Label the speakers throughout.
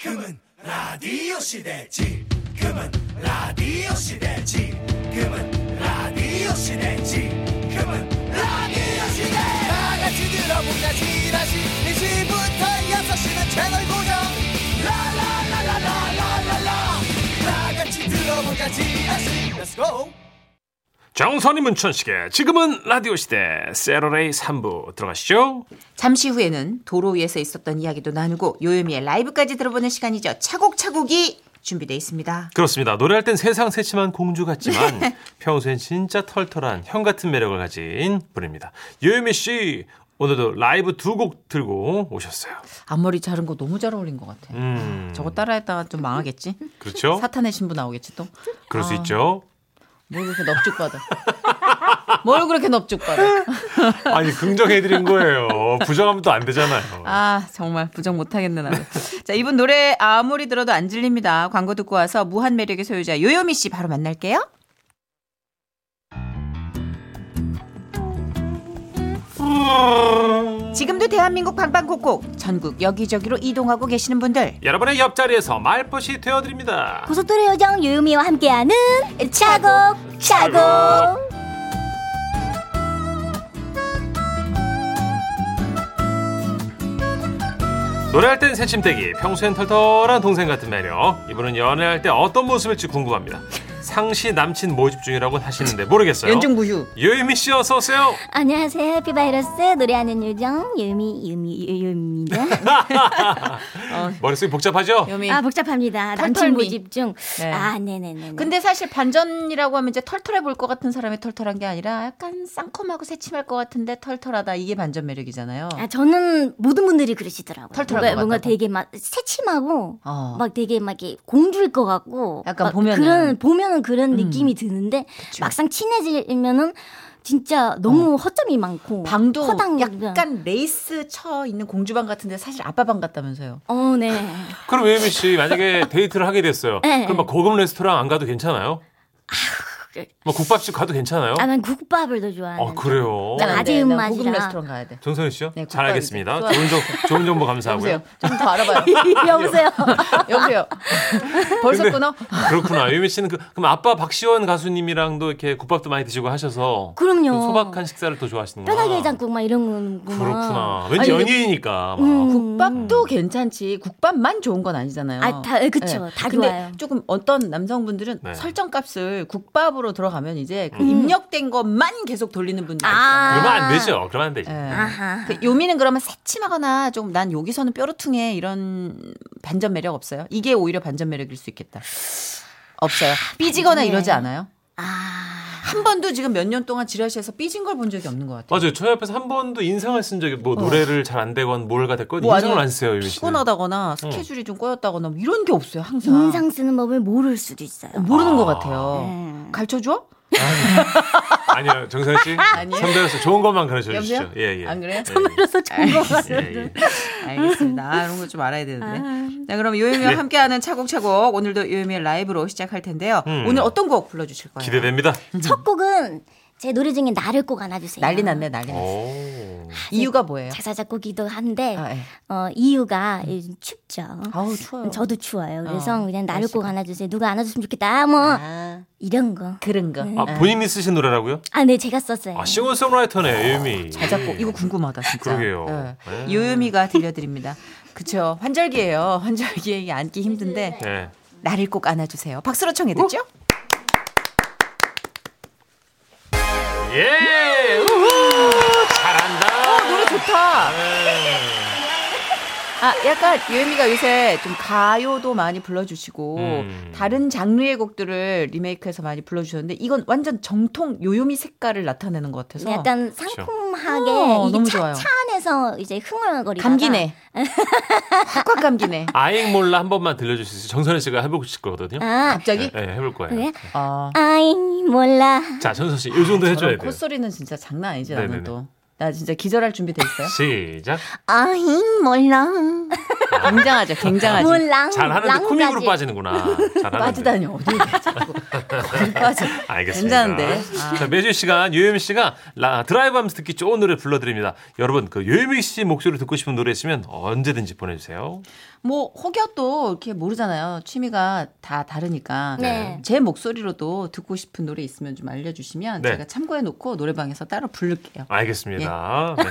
Speaker 1: 지금은 라디오 시대 지금은 라디오 시대 지금은 라디오 시대 지금은 라디오 시대 다 같이 들어보자 지라시 1시부터 6시는 채널 고정 라라라라라라라라 다 같이 들어보자 지라시 Let's go
Speaker 2: 정선이 문천식의 지금은 라디오 시대 세러레이 3부 들어가시죠.
Speaker 3: 잠시 후에는 도로 위에서 있었던 이야기도 나누고 요요미의 라이브까지 들어보는 시간이죠. 차곡차곡이 준비되어 있습니다.
Speaker 2: 그렇습니다. 노래할 땐 세상 새침한 공주 같지만
Speaker 3: 네.
Speaker 2: 평소엔 진짜 털털한 형 같은 매력을 가진 분입니다. 유유미 씨 오늘도 라이브 두 곡 들고 오셨어요.
Speaker 3: 앞머리 자른 거 너무 잘 어울린 것 같아.
Speaker 2: 음,
Speaker 3: 저거 따라했다가 좀 망하겠지?
Speaker 2: 그렇죠?
Speaker 3: 사탄의 신부 나오겠지 또?
Speaker 2: 그럴 수
Speaker 3: 아.
Speaker 2: 있죠.
Speaker 3: 뭘 그렇게 넙죽받아? 뭘 그렇게 넙죽받아?
Speaker 2: 아니 긍정해 드린 거예요. 부정하면 또 안 되잖아요.
Speaker 3: 아 정말 부정 못하겠네 나는. 자 이분 노래 아무리 들어도 안 질립니다. 광고 듣고 와서 무한 매력의 소유자 요요미 씨 바로 만날게요. 지금도 대한민국 방방곡곡 전국 여기저기로 이동하고 계시는 분들
Speaker 2: 여러분의 옆자리에서 말벗이 되어 드립니다.
Speaker 4: 고속도로 요정 유유미와 함께하는 차곡 차곡.
Speaker 2: 노래할 땐 새침대기, 평소엔 털털한 동생 같은 매력. 이분은 연애할 때 어떤 모습일지 궁금합니다. 상시 남친 모집 중이라고 하시는데 모르겠어요.
Speaker 3: 연중무휴
Speaker 2: 유유미 씨 어서 오세요.
Speaker 4: 안녕하세요 해피바이러스 노래하는 요정 유미 유미 유유미입니다.
Speaker 2: 머릿속이 복잡하죠?
Speaker 3: 요미.
Speaker 4: 아 복잡합니다. 남친
Speaker 3: 털털미.
Speaker 4: 모집 중.
Speaker 3: 네.
Speaker 4: 아 네네네.
Speaker 3: 근데 사실 반전이라고 하면 이제 털털해 볼 것 같은 사람이 털털한 게 아니라 약간 쌍컴하고 새침할 것 같은데 털털하다 이게 반전 매력이잖아요.
Speaker 4: 아 저는 모든 분들이 그러시더라고요.
Speaker 3: 털털할
Speaker 4: 뭔가,
Speaker 3: 것
Speaker 4: 뭔가
Speaker 3: 같다고.
Speaker 4: 되게 막 새침하고
Speaker 3: 어.
Speaker 4: 막 되게 막 이렇게 공주일 것 같고
Speaker 3: 약간
Speaker 4: 막
Speaker 3: 보면은. 음.
Speaker 4: 그런 보면은 그런 느낌이 드는데 막상 친해지면은 진짜 너무 허점이 많고
Speaker 3: 어. 방도
Speaker 4: 허당
Speaker 3: 약간 레이스 쳐 있는 공주방 같은데 사실 아빠 방 같다면서요.
Speaker 4: 어 네.
Speaker 2: 그럼 유유미 씨 만약에 데이트를 하게 됐어요.
Speaker 4: 네.
Speaker 2: 그럼 막 고급 레스토랑 안 가도 괜찮아요?
Speaker 3: 그
Speaker 2: 뭐 국밥집 가도 괜찮아요?
Speaker 3: 네.
Speaker 4: 아, 난 국밥을 더 좋아해요.
Speaker 2: 아 그래요.
Speaker 4: 나-
Speaker 3: 안
Speaker 4: 네, 아재
Speaker 3: 돼. 나 네,
Speaker 4: 입맛이라.
Speaker 3: 고급 레스토랑 가야 돼.
Speaker 2: 정선희 씨요?
Speaker 3: 네,
Speaker 2: 잘
Speaker 3: 국밥이죠.
Speaker 2: 알겠습니다.
Speaker 3: 좋아요.
Speaker 2: 좋은 정보, 좋은 정보
Speaker 3: 여보세요.
Speaker 2: 감사하고요.
Speaker 3: 좀 더 알아봐요.
Speaker 4: 여보세요.
Speaker 2: 그
Speaker 3: 여보세요. 벌써
Speaker 2: 근데-
Speaker 3: 끊어?
Speaker 2: 그렇구나. 유미 씨는 그, 그럼 아빠 박시원 가수님이랑도 이렇게 국밥도 많이 드시고 하셔서
Speaker 4: 그럼요.
Speaker 2: 좀 소박한 식사를 더 좋아하시는구나.
Speaker 4: 뼈다귀 해장국 막 이런 뭐. 거구나.
Speaker 2: 그렇구나. 왠지
Speaker 3: 아니, 근데-
Speaker 2: 연예인이니까. 막.
Speaker 3: 국밥도 괜찮지. 국밥만 좋은 건 아니잖아요.
Speaker 4: 음.
Speaker 3: 네.
Speaker 4: 아, 다, 예, 그쵸. 다
Speaker 3: 근데
Speaker 4: 좋아요.
Speaker 3: 조금 어떤 남성분들은
Speaker 2: 네. 음.
Speaker 3: 설정값을 국밥으로 들어가면 이제 그 입력된 것만 계속 돌리는 분들 있잖아요.
Speaker 4: 아.
Speaker 2: 그러면 안 되죠. 그러면 안 되지.
Speaker 3: 예.
Speaker 4: 아하.
Speaker 3: 그 요미는 그러면 새침하거나 좀 난 여기서는 뾰루퉁해 이런 반전 매력 없어요? 이게 오히려 반전 매력일 수 있겠다. 없어요. 삐지거나
Speaker 4: 네.
Speaker 3: 이러지 않아요?
Speaker 4: 아.
Speaker 3: 한 번도 지금 몇 년 동안 지라시에서 삐진 걸 본 적이 없는 것 같아요.
Speaker 2: 맞아요. 어, 저희 앞에서 한 번도 인상을 쓴 적이 뭐 노래를 잘 안 되건 뭘가 됐건
Speaker 3: 어. 뭐
Speaker 2: 인상을
Speaker 3: 아니면
Speaker 2: 안 쓰요. 어. 유미 씨는.
Speaker 3: 피곤하다거나 스케줄이 좀 꼬였다거나 뭐 이런 게 없어요 항상.
Speaker 4: 인상 쓰는 법을 모를 수도 있어요.
Speaker 3: 모르는 것
Speaker 2: 아.
Speaker 3: 같아요. 예.
Speaker 4: 네.
Speaker 3: 가르쳐줘?
Speaker 2: 아니요, 정선 씨.
Speaker 3: 아니에요?
Speaker 2: 선배로서 좋은 것만 가르쳐 주시죠.
Speaker 3: 여보세요?
Speaker 2: 예, 예.
Speaker 3: 안 그래요?
Speaker 2: 선배로서
Speaker 3: 좋은
Speaker 2: 것만. 예, 예.
Speaker 3: 알겠습니다. 아, 이런 거 좀 알아야 되는데. 자, 그럼
Speaker 2: 네.
Speaker 3: 요요미와 함께하는 차곡차곡 오늘도 요요미의 라이브로 시작할 텐데요.
Speaker 2: 음.
Speaker 3: 오늘 어떤 곡 불러주실 거예요?
Speaker 2: 기대됩니다.
Speaker 4: 첫 곡은 제 노래 중에 나를 꼭 안아주세요.
Speaker 3: 난리 났네, 난리
Speaker 2: 어.
Speaker 3: 났네.
Speaker 2: 오.
Speaker 3: 이유가 뭐예요?
Speaker 4: 작사 작곡이기도 한데
Speaker 3: 아, 예.
Speaker 4: 어, 이유가 요즘 춥죠.
Speaker 3: 아우 추워요.
Speaker 4: 저도 추워요. 그래서
Speaker 3: 어,
Speaker 4: 그냥 나를 꼭
Speaker 3: 날씨가.
Speaker 4: 안아주세요. 누가 안아줬으면 좋겠다. 뭐
Speaker 3: 아, 네.
Speaker 4: 이런 거.
Speaker 3: 그런 거. 예.
Speaker 2: 아, 본인이 쓰신 노래라고요?
Speaker 4: 아, 네, 제가 썼어요.
Speaker 2: 아, 싱어송라이터네, 유미.
Speaker 3: 자작곡 이거 궁금하다 진짜. 예.
Speaker 2: 그러게요. 네.
Speaker 3: 요요미가 들려드립니다. 그쵸 환절기예요. 환절기에 앉기 힘든데
Speaker 2: 네. 어?
Speaker 3: 나를 꼭 안아주세요. 박수로 청해 듣죠?
Speaker 2: 예! 우후! 잘한다.
Speaker 3: 노래 좋다.
Speaker 2: 네.
Speaker 3: 아, 약간 유혜미가 요새 좀 가요도 많이 불러주시고
Speaker 2: 음.
Speaker 3: 다른 장르의 곡들을 리메이크해서 많이 불러주셨는데 이건 완전 정통 요요미 색깔을 나타내는 것 같아서
Speaker 4: 네, 약간 상큼하게
Speaker 3: 어,
Speaker 4: 이게
Speaker 3: 너무
Speaker 4: 차,
Speaker 3: 좋아요.
Speaker 4: 차 안에서 이제 흥얼거리다가
Speaker 3: 감기네. 확확 감기네.
Speaker 2: 아잉 몰라 한 번만 들려줄 수 있어요? 정선희 씨가 해보실 거거든요.
Speaker 4: 아,
Speaker 3: 갑자기?
Speaker 2: 예, 해볼 거예요.
Speaker 4: 그래?
Speaker 3: 아,
Speaker 4: 아이 몰라.
Speaker 2: 자, 정선 씨, 이 정도 해줘야
Speaker 3: 저런
Speaker 2: 돼요.
Speaker 3: 콧소리는 진짜 장난 아니지
Speaker 2: 네네네.
Speaker 3: 나는 또. 나 진짜 기절할 준비 돼 있어요?
Speaker 2: 시작.
Speaker 4: 아이 음, 몰라.
Speaker 3: 굉장하죠, 굉장하지.
Speaker 4: 뭐 몰랑.
Speaker 2: 뭐 잘하는데 코믹으로
Speaker 4: 랑까지.
Speaker 2: 빠지는구나. 잘하는데.
Speaker 3: 빠지다니 어디 자꾸 거기 빠져.
Speaker 2: 알겠습니다.
Speaker 3: 괜찮은데. 아.
Speaker 2: 자, 매주 이 시간 요요미 씨가 라, 드라이브 하면서 듣기 좋은 노래 불러드립니다. 여러분, 그 요요미 씨 목소리 듣고 싶은 노래 있으면 언제든지 보내주세요.
Speaker 3: 뭐 혹여도 이렇게 모르잖아요. 취미가 다 다르니까.
Speaker 4: 네.
Speaker 3: 제 목소리로도 듣고 싶은 노래 있으면 좀 알려주시면
Speaker 2: 네.
Speaker 3: 제가 참고해 놓고 노래방에서 따로 부를게요.
Speaker 2: 알겠습니다.
Speaker 3: 예.
Speaker 2: 네.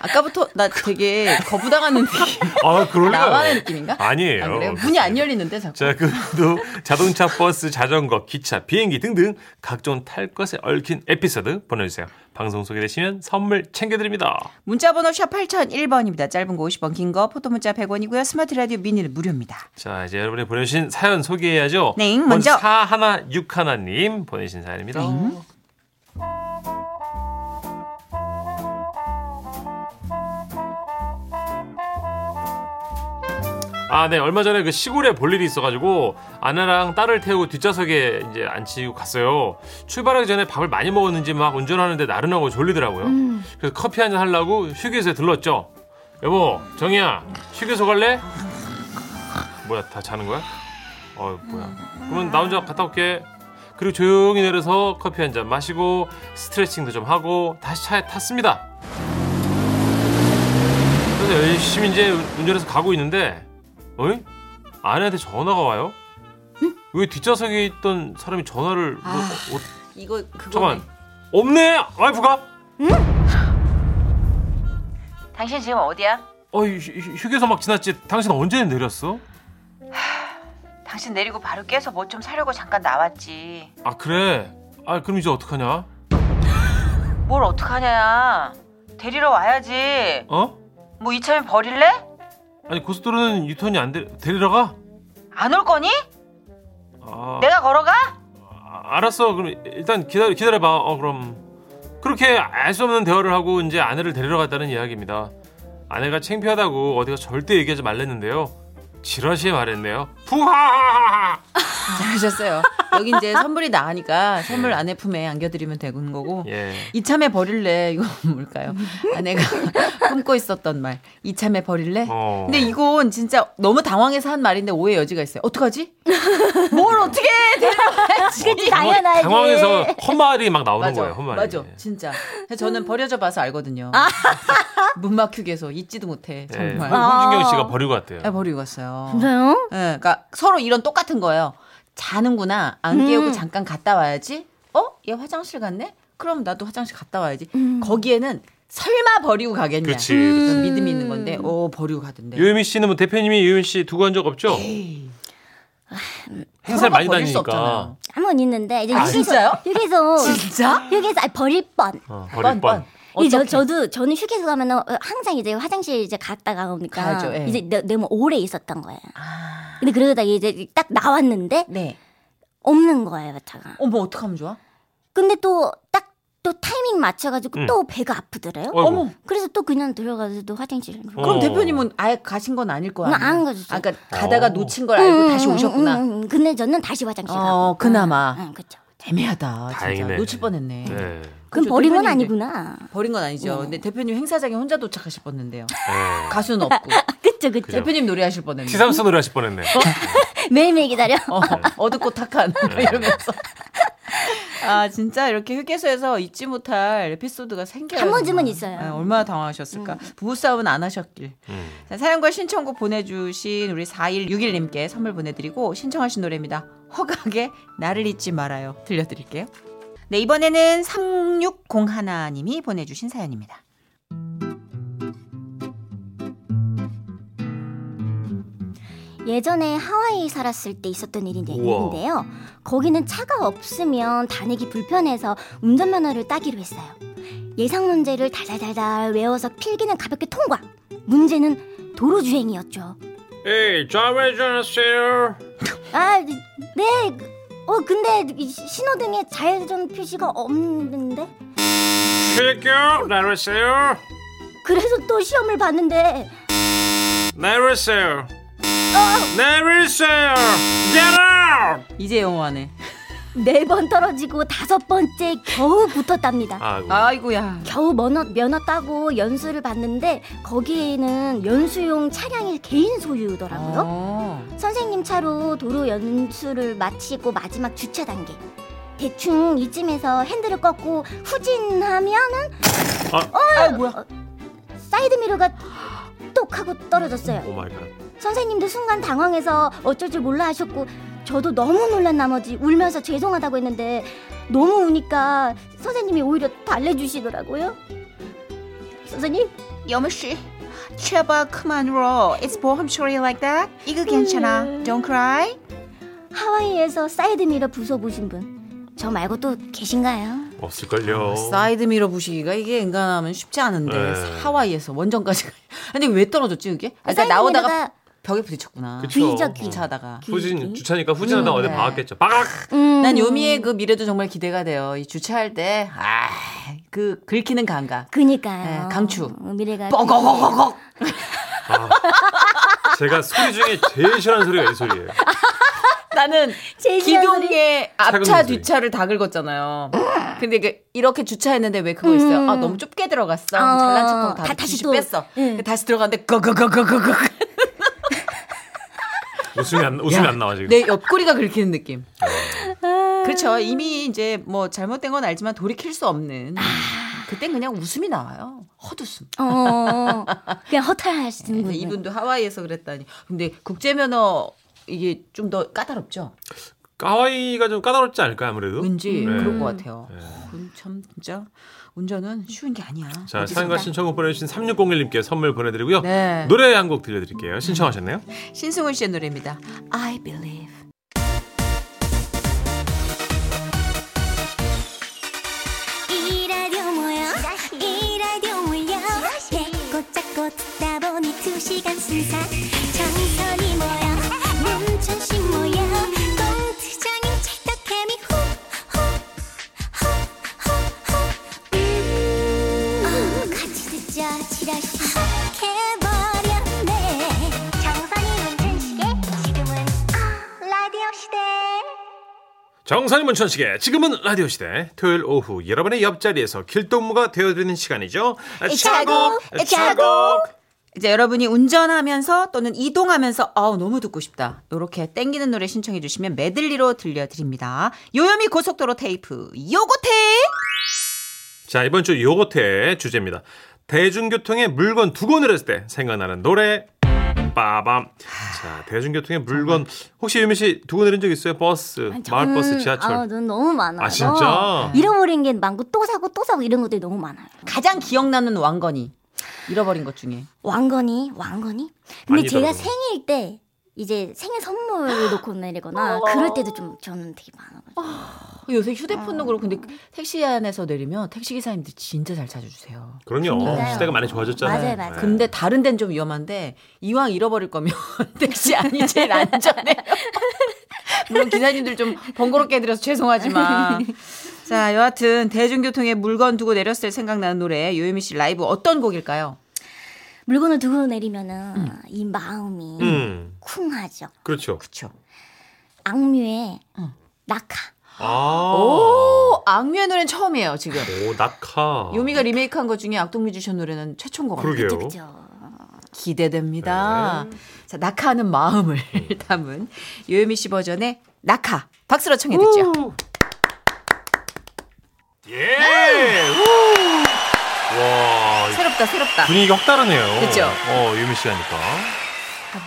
Speaker 3: 아까부터 나 되게 거부당하는 느낌.
Speaker 2: 아, 그럴래요?
Speaker 3: 나만의 느낌인가?
Speaker 2: 아니에요.
Speaker 3: 아, 그래요? 문이 안 열리는데 자꾸.
Speaker 2: 자, 그도 자동차, 버스, 자전거, 기차, 비행기 등등 각종 탈 것에 얽힌 에피소드 보내주세요. 방송 소개되시면 선물 챙겨드립니다.
Speaker 3: 문자번호 샵 8001번입니다. 짧은 거 50원, 긴 거 포토문자 100원이고요. 스마트 라디오 미니는 무료입니다.
Speaker 2: 자, 이제 여러분이 보내주신 사연 소개해야죠.
Speaker 3: 네, 먼저. 네,
Speaker 2: 4161님 보내주신 사연입니다. 아, 네. 얼마 전에 그 시골에 볼 일이 있어가지고 아내랑 딸을 태우고 뒷좌석에 이제 앉히고 갔어요. 출발하기 전에 밥을 많이 먹었는지 막 운전하는데 나른하고 졸리더라고요.
Speaker 3: 음.
Speaker 2: 그래서 커피 한 잔 하려고 휴게소에 들렀죠. 여보, 정희야, 휴게소 갈래? 뭐야, 다 자는 거야? 어, 뭐야. 그러면 나 혼자 갔다 올게. 그리고 조용히 내려서 커피 한 잔 마시고 스트레칭도 좀 하고 다시 차에 탔습니다. 그래서 열심히 이제 운전해서 가고 있는데 어이? 아내한테 전화가 와요? 왜 뒷좌석에 있던 사람이 전화를 뭐,
Speaker 3: 아,
Speaker 2: 어,
Speaker 3: 이거 그거
Speaker 2: 잠깐 없네 와이프가
Speaker 3: 당신 지금 어디야?
Speaker 2: 어 휴- 휴- 휴게소 막 지났지 당신 언제 내렸어?
Speaker 3: 당신 내리고 바로 깨서 뭐 좀 사려고 잠깐 나왔지.
Speaker 2: 아 그래 아 그럼 이제 어떡하냐
Speaker 3: 뭘 어떡하냐. 데리러 와야지.
Speaker 2: 어?
Speaker 3: 뭐 이참에 버릴래?
Speaker 2: 아니 고속도로는 유턴이 안 돼, 데리러 가?
Speaker 3: 안 올 거니?
Speaker 2: 아,
Speaker 3: 내가 걸어가?
Speaker 2: 아, 알았어 그럼 일단 기다려, 기다려봐 어 그럼 그렇게 알 수 없는 대화를 하고 이제 아내를 데리러 갔다는 이야기입니다 아내가 창피하다고 어디가 절대 얘기하지 말랬는데요 지라시에 말했네요 푸하하하하
Speaker 3: 잘하셨어요. 아, 여기 이제 선물이 나가니까 선물 아내 품에 안겨드리면 되는 거고.
Speaker 2: 예.
Speaker 3: 이참에 버릴래 이거 뭘까요? 아내가 품고 있었던 말. 이참에 버릴래?
Speaker 2: 어.
Speaker 3: 근데 이건 진짜 너무 당황해서 한 말인데 오해 여지가 있어요. 어떡하지? 뭘 어떻게 데려가야지?
Speaker 4: 그치 당연하지.
Speaker 2: 뭐 당황해서 헛말이 막 나오는 거예요 헛말이 아.
Speaker 3: 맞아, 진짜. 그래서 저는 버려져 봐서 알거든요. 문 막히게서 잊지도 못해
Speaker 2: 예.
Speaker 3: 정말.
Speaker 2: 홍준경 씨가 버리고 갔대요
Speaker 3: 아, 버리고 갔어요.
Speaker 4: 진짜요?
Speaker 3: 예, 그러니까 서로 이런 똑같은 거예요. 자는구나. 안 깨우고
Speaker 4: 음.
Speaker 3: 잠깐 갔다 와야지. 어? 얘 화장실 갔네? 그럼 나도 화장실 갔다 와야지.
Speaker 4: 음.
Speaker 3: 거기에는 설마 버리고 가겠냐.
Speaker 2: 그치,
Speaker 3: 그런 믿음이 있는 건데, 어, 버리고 가던데.
Speaker 2: 유유미 씨는 뭐 대표님이 유유미 씨 두고 간 적 없죠? 행사를 많이
Speaker 3: 버릴 수
Speaker 2: 다니니까
Speaker 3: 없잖아요.
Speaker 4: 한 번 있는데 이제
Speaker 3: 아, 진짜요?
Speaker 4: 휴게소
Speaker 3: 진짜?
Speaker 4: 휴게소 아 버릴 뻔.
Speaker 2: 어, 버릴 뻔.
Speaker 3: 뻔, 뻔.
Speaker 4: 이 저,
Speaker 3: 어떡해.
Speaker 4: 저도 저는 휴게소 가면은 어, 항상 이제 화장실 이제 갔다가 오니까
Speaker 3: 가죠, 예. 아.
Speaker 4: 이제 내, 내몸 오래 있었던 거예요. 근데 그러다가 이제 딱 나왔는데
Speaker 3: 네.
Speaker 4: 없는 거예요, 차가.
Speaker 3: 어머, 어떡하면 좋아?
Speaker 4: 근데 또 딱 또 타이밍 맞춰가지고
Speaker 2: 음.
Speaker 4: 또 배가 아프더래요.
Speaker 2: 어이구.
Speaker 3: 어머.
Speaker 4: 그래서 또 그냥 들어가서 또 화장실.
Speaker 2: 어.
Speaker 3: 그럼 대표님은 아예 가신 건 아닐 거야.
Speaker 4: 나
Speaker 3: 아니에요?
Speaker 4: 안 가셨어요.
Speaker 3: 아, 그러니까 가다가
Speaker 2: 어.
Speaker 3: 놓친 걸 알고 다시
Speaker 4: 음, 음,
Speaker 3: 오셨구나.
Speaker 4: 음, 음, 음. 근데 저는 다시 화장실
Speaker 3: 어,
Speaker 4: 가고.
Speaker 3: 그나마.
Speaker 4: 응, 응, 그쵸.
Speaker 3: 애매하다. 진짜.
Speaker 2: 다행이네.
Speaker 3: 놓칠 뻔했네.
Speaker 2: 네. 네.
Speaker 4: 그럼
Speaker 3: 그죠,
Speaker 4: 버린
Speaker 3: 대표님
Speaker 4: 건
Speaker 3: 이제-
Speaker 4: 아니구나.
Speaker 3: 버린 건 아니죠. 근데 대표님 행사장에 혼자 도착하실 뻔했는데요. 가수는 없고.
Speaker 4: 그쵸, 그쵸.
Speaker 3: 대표님 노래하실 뻔했네.
Speaker 2: 티삼스 네. 노래 하실 뻔했네.
Speaker 4: 매일매일 기다려.
Speaker 3: 어, 어둡고 탁한 이러면서. 아 진짜 이렇게 휴게소에서 잊지 못할 에피소드가 생겨요.
Speaker 4: 한 번쯤은
Speaker 3: 정말.
Speaker 4: 있어요. 음.
Speaker 3: 네, 얼마나 당황하셨을까. 부부싸움은 안 하셨길.
Speaker 2: 음.
Speaker 3: 자, 사연과 신청곡 보내주신 우리 4161님께 선물 보내드리고 신청하신 노래입니다. 허각의 나를 잊지 말아요. 들려드릴게요. 네 이번에는 3601님이 보내주신 사연입니다.
Speaker 4: 예전에 하와이 살았을 때 있었던 일인데,
Speaker 2: 우와.
Speaker 4: 요 거기는 차가 없으면 다니기 불편해서 운전면허를 따기로 했어요. 예상 문제를 달달달달 외워서 필기는 가볍게 통과. 문제는 도로 주행이었죠.
Speaker 2: 에이, 좌회전하세요.
Speaker 4: 아, 네. 어, 근데 이 시- 신호등에 좌회전 표시가 없는데?
Speaker 2: 쉴게요. 내려오세요.
Speaker 4: 그래서 또 시험을 봤는데
Speaker 2: 내려오세요.
Speaker 3: 어.
Speaker 2: 내려오세요. Get out!
Speaker 3: 이제 영화네.
Speaker 4: 네 번 떨어지고 다섯 번째 겨우 붙었답니다.
Speaker 2: 아이고.
Speaker 3: 아이고야.
Speaker 4: 겨우 면허, 면허 따고 연수를 봤는데 거기에는 연수용 차량이 개인 소유더라고요.
Speaker 3: 어.
Speaker 4: 선생님 차로 도로 연수를 마치고 마지막 주차 단계. 대충 이쯤에서 핸들을 꺾고 후진하면은
Speaker 2: 아.
Speaker 4: 어, 뭐야? 사이드 미러가 똑 하고 떨어졌어요.
Speaker 2: 오 마이 갓.
Speaker 4: 선생님도 순간 당황해서 어쩔 줄 몰라 하셨고 저도 너무 놀란 나머지 울면서 죄송하다고 했는데 너무 우니까 선생님이 오히려 달래주시더라고요. 선생님
Speaker 5: 여무씨 제발 그만 울어 It's 보험 소리 like that 이거 괜찮아
Speaker 3: 음.
Speaker 5: Don't cry
Speaker 4: 하와이에서 사이드미러 부숴 보신 분 저 말고 또 계신가요?
Speaker 2: 없을걸요.
Speaker 3: 아, 사이드미러 부시기가 이게 인간하면 쉽지 않은데
Speaker 2: 네.
Speaker 3: 하와이에서 원정까지 가. 근데 왜 떨어졌지 그게? 아, 그러니까
Speaker 4: 사이드미러가
Speaker 3: 나오다가 벽에 부딪혔구나.
Speaker 2: 그쵸.
Speaker 4: 뒤적이.
Speaker 2: 어.
Speaker 3: 주차하다가.
Speaker 2: 후진 주차니까 후진하다 어디
Speaker 3: 네.
Speaker 2: 박았겠죠. 빡!
Speaker 4: 음,
Speaker 3: 난 요미의 그 미래도 정말 기대가 돼요. 이 주차할 때, 아, 그 긁히는 감각.
Speaker 4: 그니까요.
Speaker 3: 네, 강추.
Speaker 4: 어, 미래가
Speaker 3: 뻐거거거거.
Speaker 2: 아, 제가 소리 중에 제일 싫어하는 소리가 이 소리예요.
Speaker 3: 나는
Speaker 4: 제일 싫어하는
Speaker 3: 기동의 앞차
Speaker 2: 차근 소리.
Speaker 3: 뒤차를 다 긁었잖아요. 근데 이게 이렇게 주차했는데 왜 그거 있어요? 아 너무 좁게 들어갔어.
Speaker 4: 음. 어,
Speaker 3: 잘난 척하고 다,
Speaker 4: 다 다시
Speaker 3: 다시
Speaker 4: 또, 예.
Speaker 3: 뺐어.
Speaker 4: 응.
Speaker 3: 다시 들어갔는데 거거거거거거.
Speaker 2: 웃음이 안, 웃음이 안 나와, 지금.
Speaker 3: 내 옆구리가 긁히는 느낌.
Speaker 5: 그렇죠 이미 이제 뭐 잘못된 건 알지만 돌이킬 수 없는
Speaker 3: 그땐 그냥 웃음이 나와요. 헛웃음.
Speaker 4: 어, 그냥 허탈하시는 분.
Speaker 3: 근데 네, 이분도 하와이에서 그랬다니. 근데 국제 면허 이게 좀 더 까다롭죠.
Speaker 2: 하와이가 좀 까다롭지 않을까요, 아무래도?
Speaker 3: 왠지
Speaker 2: 네.
Speaker 3: 그런 것 같아요.
Speaker 2: 네.
Speaker 3: 어, 참 진짜 운전은 쉬운 게 아니야.
Speaker 2: 자, 사연과 신청곡 보내주신 3601님께 선물 보내드리고요.
Speaker 3: 네.
Speaker 2: 노래 한 곡 들려드릴게요. 신청하셨나요?
Speaker 5: 신승훈 씨의 노래입니다
Speaker 3: I believe.
Speaker 4: 이 라디오 뭐야? 이 라디오 몰려 배꼽 잡고 듣다 보니 두 시간 순삭 정선이 뭐야 문천식 뭐야 공투장인 찰떡케미 후후후후후 음. 아, 같이 듣자 지라시 해버렸네 정선이 문천식의 지금은 아, 라디오 시대
Speaker 2: 정선이 문천식의 지금은 라디오 시대 토요일 오후 여러분의 옆자리에서 길동무가 되어드리는 시간이죠. 차곡! 차곡!
Speaker 5: 이제 여러분이 운전하면서 또는 이동하면서 아우 너무 듣고 싶다 이렇게 땡기는 노래 신청해 주시면 메들리로 들려드립니다 요요미 고속도로 테이프 요고테
Speaker 2: 자, 이번 주 요거트의 주제입니다. 대중교통에 물건 두고 내렸을 때 생각나는 노래. 빠밤. 자, 대중교통에 물건 혹시 유미 씨 두고 내린 적 있어요? 버스, 마을 버스, 지하철.
Speaker 4: 아, 넌 너무 많아요.
Speaker 2: 아, 진짜?
Speaker 4: 잃어버린 게 많고 또 사고 또 사고 이런 것들이 너무 많아요.
Speaker 3: 가장 기억나는 왕건이 잃어버린 것 중에
Speaker 4: 왕건이, 왕건이. 근데
Speaker 2: 많이
Speaker 4: 제가
Speaker 2: 들어요.
Speaker 4: 생일 때 이제 생일 선물을 놓고 내리거나 그럴 때도 좀 저는 되게 많아요.
Speaker 3: 어, 요새 휴대폰도 그렇고 근데 택시 안에서 내리면 택시 기사님들 진짜 잘 찾아주세요.
Speaker 2: 그럼요.
Speaker 4: 진짜요.
Speaker 2: 시대가 많이 좋아졌잖아요.
Speaker 4: 맞아요, 맞아요.
Speaker 2: 네.
Speaker 3: 근데 다른 데는 좀 위험한데 이왕 잃어버릴 거면 택시 안이 제일 안전해요. 물론 기사님들 좀 번거롭게 해드려서 죄송하지만
Speaker 5: 자 여하튼 대중교통에 물건 두고 내렸을 때 생각나는 노래 요요미 씨 라이브 어떤 곡일까요?
Speaker 4: 물건을 두고 내리면은 이 마음이
Speaker 2: 음,
Speaker 4: 쿵하죠.
Speaker 2: 그렇죠.
Speaker 3: 그렇죠.
Speaker 4: 악뮤의 낙하.
Speaker 2: 아,
Speaker 3: 오 악뮤의 노래는 처음이에요 지금.
Speaker 2: 오, 낙하.
Speaker 3: 요미가 리메이크한 것 중에 악동 뮤지션 노래는 최초인 것 같아요.
Speaker 2: 그러게요.
Speaker 4: 그죠?
Speaker 3: 기대됩니다. 자 낙하하는 마음을 담은 요요미 씨 버전의 낙하 박수로 청해 듣죠.
Speaker 2: 예. 우! 와,
Speaker 3: 새롭다 새롭다
Speaker 2: 분위기가 확 다르네요.
Speaker 3: 그쵸?
Speaker 2: 어, 유미 씨하니까.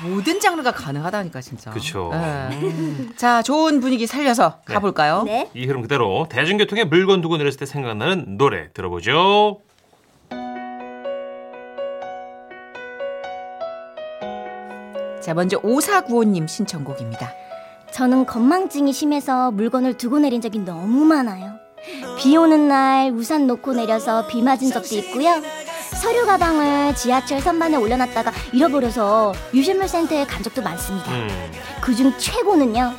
Speaker 3: 모든 장르가 가능하다니까 진짜
Speaker 2: 그쵸.
Speaker 3: 예. 자 좋은 분위기 살려서
Speaker 2: 네.
Speaker 3: 가볼까요
Speaker 4: 네.
Speaker 2: 이 흐름 그대로 대중교통에 물건 두고 내렸을 때 생각나는 노래 들어보죠.
Speaker 3: 자 먼저 5495님 신청곡입니다
Speaker 4: 저는 건망증이 심해서 물건을 두고 내린 적이 너무 많아요. 비 오는 날 우산 놓고 내려서 비 맞은 적도 있고요. 서류 가방을 지하철 선반에 올려놨다가 잃어버려서 유실물센터에 간 적도 많습니다.
Speaker 2: 음.
Speaker 4: 그중 최고는요.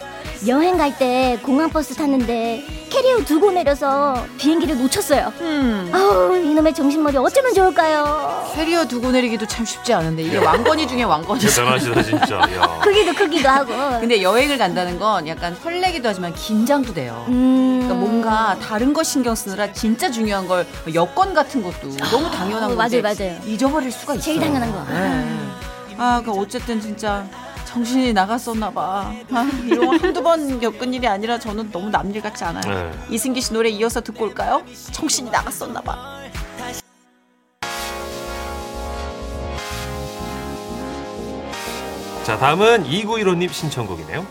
Speaker 4: 여행 갈 때 공항버스 탔는데 캐리어 두고 내려서 비행기를 놓쳤어요.
Speaker 3: 음.
Speaker 4: 아우 이놈의 정신머리 어쩌면 좋을까요?
Speaker 3: 캐리어 두고 내리기도 참 쉽지 않은데 이게
Speaker 2: 네.
Speaker 3: 왕건이 중에 왕건이
Speaker 2: 대단하시다 진짜. 야.
Speaker 4: 크기도 크기도 하고.
Speaker 3: 근데 여행을 간다는 건 약간 설레기도 하지만 긴장도 돼요
Speaker 4: 음,
Speaker 3: 그러니까 뭔가 다른 거 신경 쓰느라 진짜 중요한 걸 여권 같은 것도 너무 당연한
Speaker 4: 어,
Speaker 3: 건데
Speaker 4: 맞아요, 맞아요.
Speaker 3: 잊어버릴 수가 있어요
Speaker 4: 제일 당연한 거.
Speaker 3: 예. 아, 그 어쨌든 진짜 정신이 나갔었나 봐. 아, 이런 거 한두 번 겪은 일이 아니라 저는 너무 남일 같지 않아요.
Speaker 2: 네.
Speaker 3: 이승기 씨 노래 이어서 듣고 올까요? 정신이 나갔었나 봐.
Speaker 2: 자, 다음은 2915님 신청곡이네요.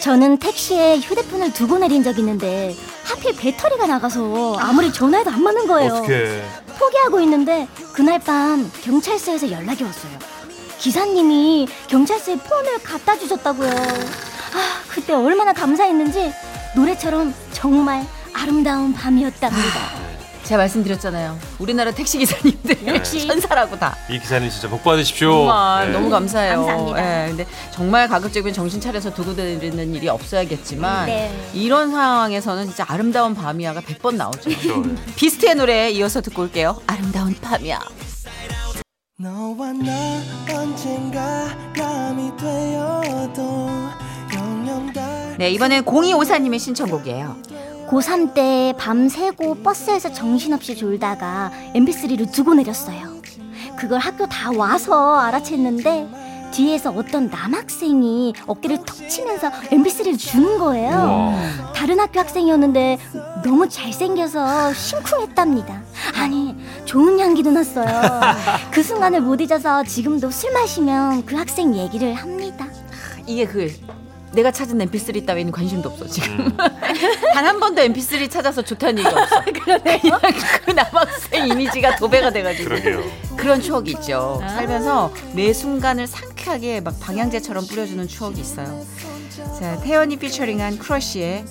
Speaker 4: 저는 택시에 휴대폰을 두고 내린 적 있는데 하필 배터리가 나가서 아무리 전화해도 안 맞는 거예요.
Speaker 2: 어떻게?
Speaker 4: 포기하고 있는데 그날 밤 경찰서에서 연락이 왔어요. 기사님이 경찰서에 폰을 갖다 주셨다고요. 아, 그때 얼마나 감사했는지 노래처럼 정말 아름다운 밤이었답니다.
Speaker 3: 제가 말씀드렸잖아요. 우리나라 택시 기사님들
Speaker 4: 역시.
Speaker 3: 천사라고 다.
Speaker 2: 이 기사님 진짜 복 받으십시오.
Speaker 3: 정말
Speaker 2: 네.
Speaker 3: 너무 감사해요.
Speaker 4: 감사합니다.
Speaker 3: 예, 근데 정말 가급적이면 정신 차려서 두고 다니는 일이 없어야겠지만
Speaker 4: 네.
Speaker 3: 이런 상황에서는 진짜 아름다운 밤이야가 100번 나오죠.
Speaker 2: 그렇죠. 네.
Speaker 3: 비스트의 노래에 이어서 듣고 올게요. 아름다운 밤이야.
Speaker 6: 너와 나 언젠가 감이 되어도 영영 달
Speaker 7: 네, 이번엔 0254님의 신청곡이에요.
Speaker 4: 고3 때 밤새고 버스에서 정신없이 졸다가 mp3를 두고 내렸어요. 그걸 학교 다 와서 알아챘는데 뒤에서 어떤 남학생이 어깨를 턱 치면서 mp3를 주는 거예요.
Speaker 2: 우와.
Speaker 4: 다른 학교 학생이었는데 너무 잘생겨서 심쿵했답니다. 아니 좋은 향기도 났어요. 그 순간을 못 잊어서 지금도 술 마시면 그 학생 얘기를 합니다.
Speaker 3: 이게 그 내가 찾은 mp3 따위는 관심도 없어 지금
Speaker 2: 음.
Speaker 3: 단 한 번도 mp3 찾아서 좋다는 얘기가 없어 그냥 그 남학생 이미지가 도배가 돼가지고
Speaker 2: 그러게요.
Speaker 3: 그런 추억이 있죠 살면서 매 순간을 상쾌하게 막 방향제처럼 뿌려주는 추억이 있어요 자 태연이 피처링한 크러쉬의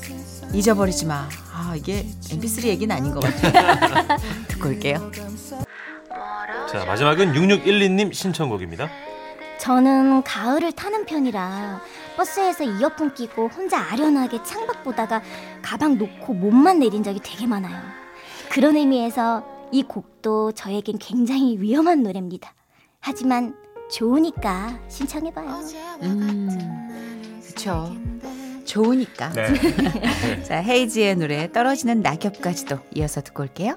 Speaker 3: 잊어버리지 마 아, 이게 mp3 얘기는 아닌 것 같아요 듣고 올게요
Speaker 2: 자, 마지막은 6612님 신청곡입니다.
Speaker 4: 저는 가을을 타는 편이라 버스에서 이어폰 끼고 혼자 아련하게 창밖 보다가 가방 놓고 몸만 내린 적이 되게 많아요. 그런 의미에서 이 곡도 저에겐 굉장히 위험한 노래입니다. 하지만 좋으니까 신청해봐요.
Speaker 3: 음 그쵸 좋으니까
Speaker 2: 네.
Speaker 7: 자, 헤이지의 노래 떨어지는 낙엽까지도 이어서 듣고 올게요.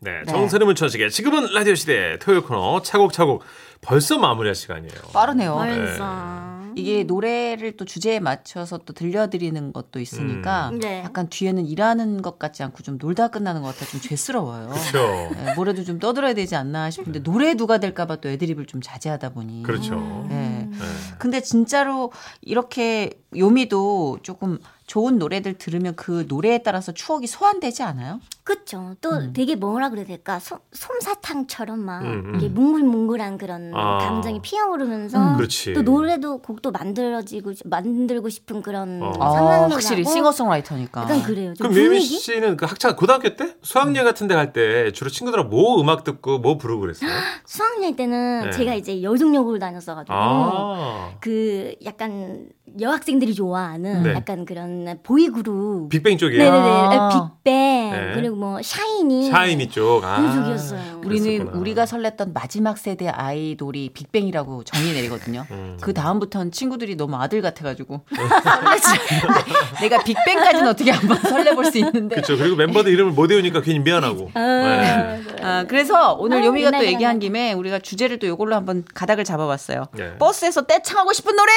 Speaker 2: 네, 정선의 문천식의 지금은 라디오 시대 토요일 코너 차곡차곡 벌써 마무리할 시간이에요.
Speaker 3: 어,
Speaker 2: 아,
Speaker 3: 빠르네요
Speaker 2: 벌써.
Speaker 3: 이게 노래를 또 주제에 맞춰서 또 들려드리는 것도 있으니까
Speaker 4: 음. 네.
Speaker 3: 약간 뒤에는 일하는 것 같지 않고 좀 놀다 끝나는 것 같아 좀 죄스러워요.
Speaker 2: 그렇죠.
Speaker 3: 예, 뭐라도 좀 떠들어야 되지 않나 싶은데 노래 누가 될까봐 또 애드립을 좀 자제하다 보니.
Speaker 2: 그렇죠.
Speaker 3: 예.
Speaker 2: 네.
Speaker 3: 근데 진짜로 이렇게 요미도 조금 좋은 노래들 들으면 그 노래에 따라서 추억이 소환되지 않아요?
Speaker 4: 그쵸. 또 되게 뭐라 그래야 될까? 솜, 솜사탕처럼 막
Speaker 2: 음, 음.
Speaker 4: 이게 뭉글뭉글한 그런
Speaker 2: 아.
Speaker 4: 감정이 피어오르면서
Speaker 2: 음. 그렇지.
Speaker 4: 또 노래도 곡도 만들어지고 만들고 싶은 그런
Speaker 2: 어.
Speaker 3: 어,
Speaker 4: 상상으로
Speaker 3: 확실히
Speaker 4: 가고
Speaker 3: 싱어송라이터니까.
Speaker 4: 약간 그래요. 좀
Speaker 2: 그럼 예미
Speaker 4: 분위기?
Speaker 2: 씨는 그 학창 고등학교 때
Speaker 3: 음.
Speaker 2: 수학여행 같은 데 갈 때 주로 친구들하고 뭐 음악 듣고 뭐 부르고 그랬어요?
Speaker 4: 수학여행 때는
Speaker 2: 네.
Speaker 4: 제가 이제 여중여고를 다녔어가지고
Speaker 3: 음.
Speaker 2: 아.
Speaker 4: 그 약간 여학생들이 좋아하는
Speaker 2: 네.
Speaker 4: 약간 그런 보이그룹
Speaker 2: 빅뱅
Speaker 4: 네네네
Speaker 2: 쪽이에요.
Speaker 3: 아.
Speaker 4: 빅뱅
Speaker 2: 네.
Speaker 4: 그리고 뭐 샤이니
Speaker 2: 샤이니 쪽. 아.
Speaker 4: 그런 쪽이었어요.
Speaker 3: 네. 우리는
Speaker 2: 그랬었구나.
Speaker 3: 우리가 설렜던 마지막 세대 아이돌이 빅뱅이라고 정의 내리거든요.
Speaker 2: 음.
Speaker 3: 그 다음부터는 친구들이 너무 아들 같아가지고 설레지. 내가 빅뱅까지는 어떻게 한번 설레볼 수 있는데.
Speaker 2: 그렇죠. 그리고
Speaker 3: 네.
Speaker 2: 멤버들 이름을 못 외우니까 괜히 미안하고. 네.
Speaker 3: 아, 그래서 오늘
Speaker 4: 아유,
Speaker 3: 요미가 또
Speaker 4: 옛날
Speaker 3: 얘기한
Speaker 4: 생각.
Speaker 3: 김에 우리가 주제를 또 이걸로 한번 가닥을 잡아봤어요.
Speaker 2: 네.
Speaker 3: 버스에서 떼창하고 싶은 노래.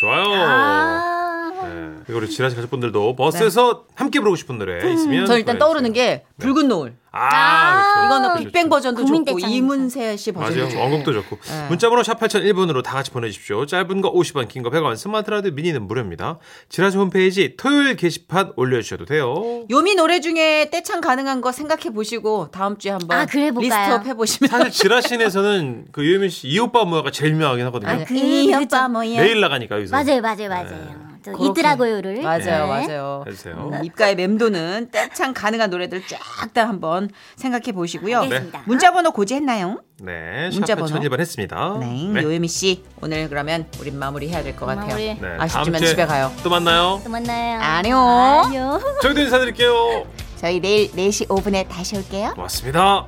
Speaker 2: 좋아요.
Speaker 4: 아.
Speaker 2: 네. 그리고 우리 지라시 가족분들도 버스에서 함께 부르고 싶은 노래 있으면
Speaker 3: 네. 음. 저는 일단 떠오르는 게 붉은 노을.
Speaker 2: 아, 그렇죠.
Speaker 3: 이거는
Speaker 2: 그렇죠.
Speaker 3: 빅뱅 버전도
Speaker 4: 국민
Speaker 3: 좋고
Speaker 4: 대장이니까.
Speaker 3: 이문세 씨 버전도
Speaker 2: 맞아요.
Speaker 3: 좋고.
Speaker 2: 원곡도 좋고.
Speaker 3: 네.
Speaker 2: 문자번호 샵 8001번으로 다 같이 보내주십시오. 짧은 거 50원, 긴 거 100원, 스마트라디오 미니는 무료입니다. 지라시 홈페이지 토요일 게시판 올려주셔도 돼요.
Speaker 3: 요미 노래 중에 떼창 가능한 거 생각해 보시고 다음 주에 한번
Speaker 4: 아, 그래 볼까요?
Speaker 3: 리스트업 해보시면
Speaker 2: 사실 지라신에서는 그 유혜민 씨, 이 오빠 뭐야가 제일 유명하긴 하거든요.
Speaker 4: 아, 그-
Speaker 3: 이
Speaker 4: 그죠.
Speaker 3: 오빠 뭐야?
Speaker 2: 매일 나가니까 여기서.
Speaker 4: 맞아요 맞아요
Speaker 2: 네.
Speaker 4: 맞아요. 저
Speaker 3: 그렇게.
Speaker 4: 있더라고요를
Speaker 3: 맞아요,
Speaker 4: 네.
Speaker 3: 맞아요.
Speaker 2: 해주세요.
Speaker 3: 음, 입가에 맴도는 떼창 가능한 노래들 쫙 다 한번 생각해 보시고요. 네.
Speaker 4: 알겠습니다.
Speaker 3: 문자번호 고지했나요?
Speaker 2: 네, 샵
Speaker 3: 문자번호.
Speaker 2: 8001번 했습니다.
Speaker 3: 네, 요예미 씨 오늘 그러면 우린 마무리해야 될 것 같아요.
Speaker 4: 마무리.
Speaker 2: 네, 다음
Speaker 3: 아쉽지만
Speaker 2: 주에
Speaker 3: 집에 가요.
Speaker 2: 또 만나요.
Speaker 4: 또 만나요.
Speaker 3: 안녕.
Speaker 4: 안녕.
Speaker 2: 저희도 인사드릴게요.
Speaker 3: 저희 내일 4시 5분에 다시 올게요.
Speaker 2: 고맙습니다.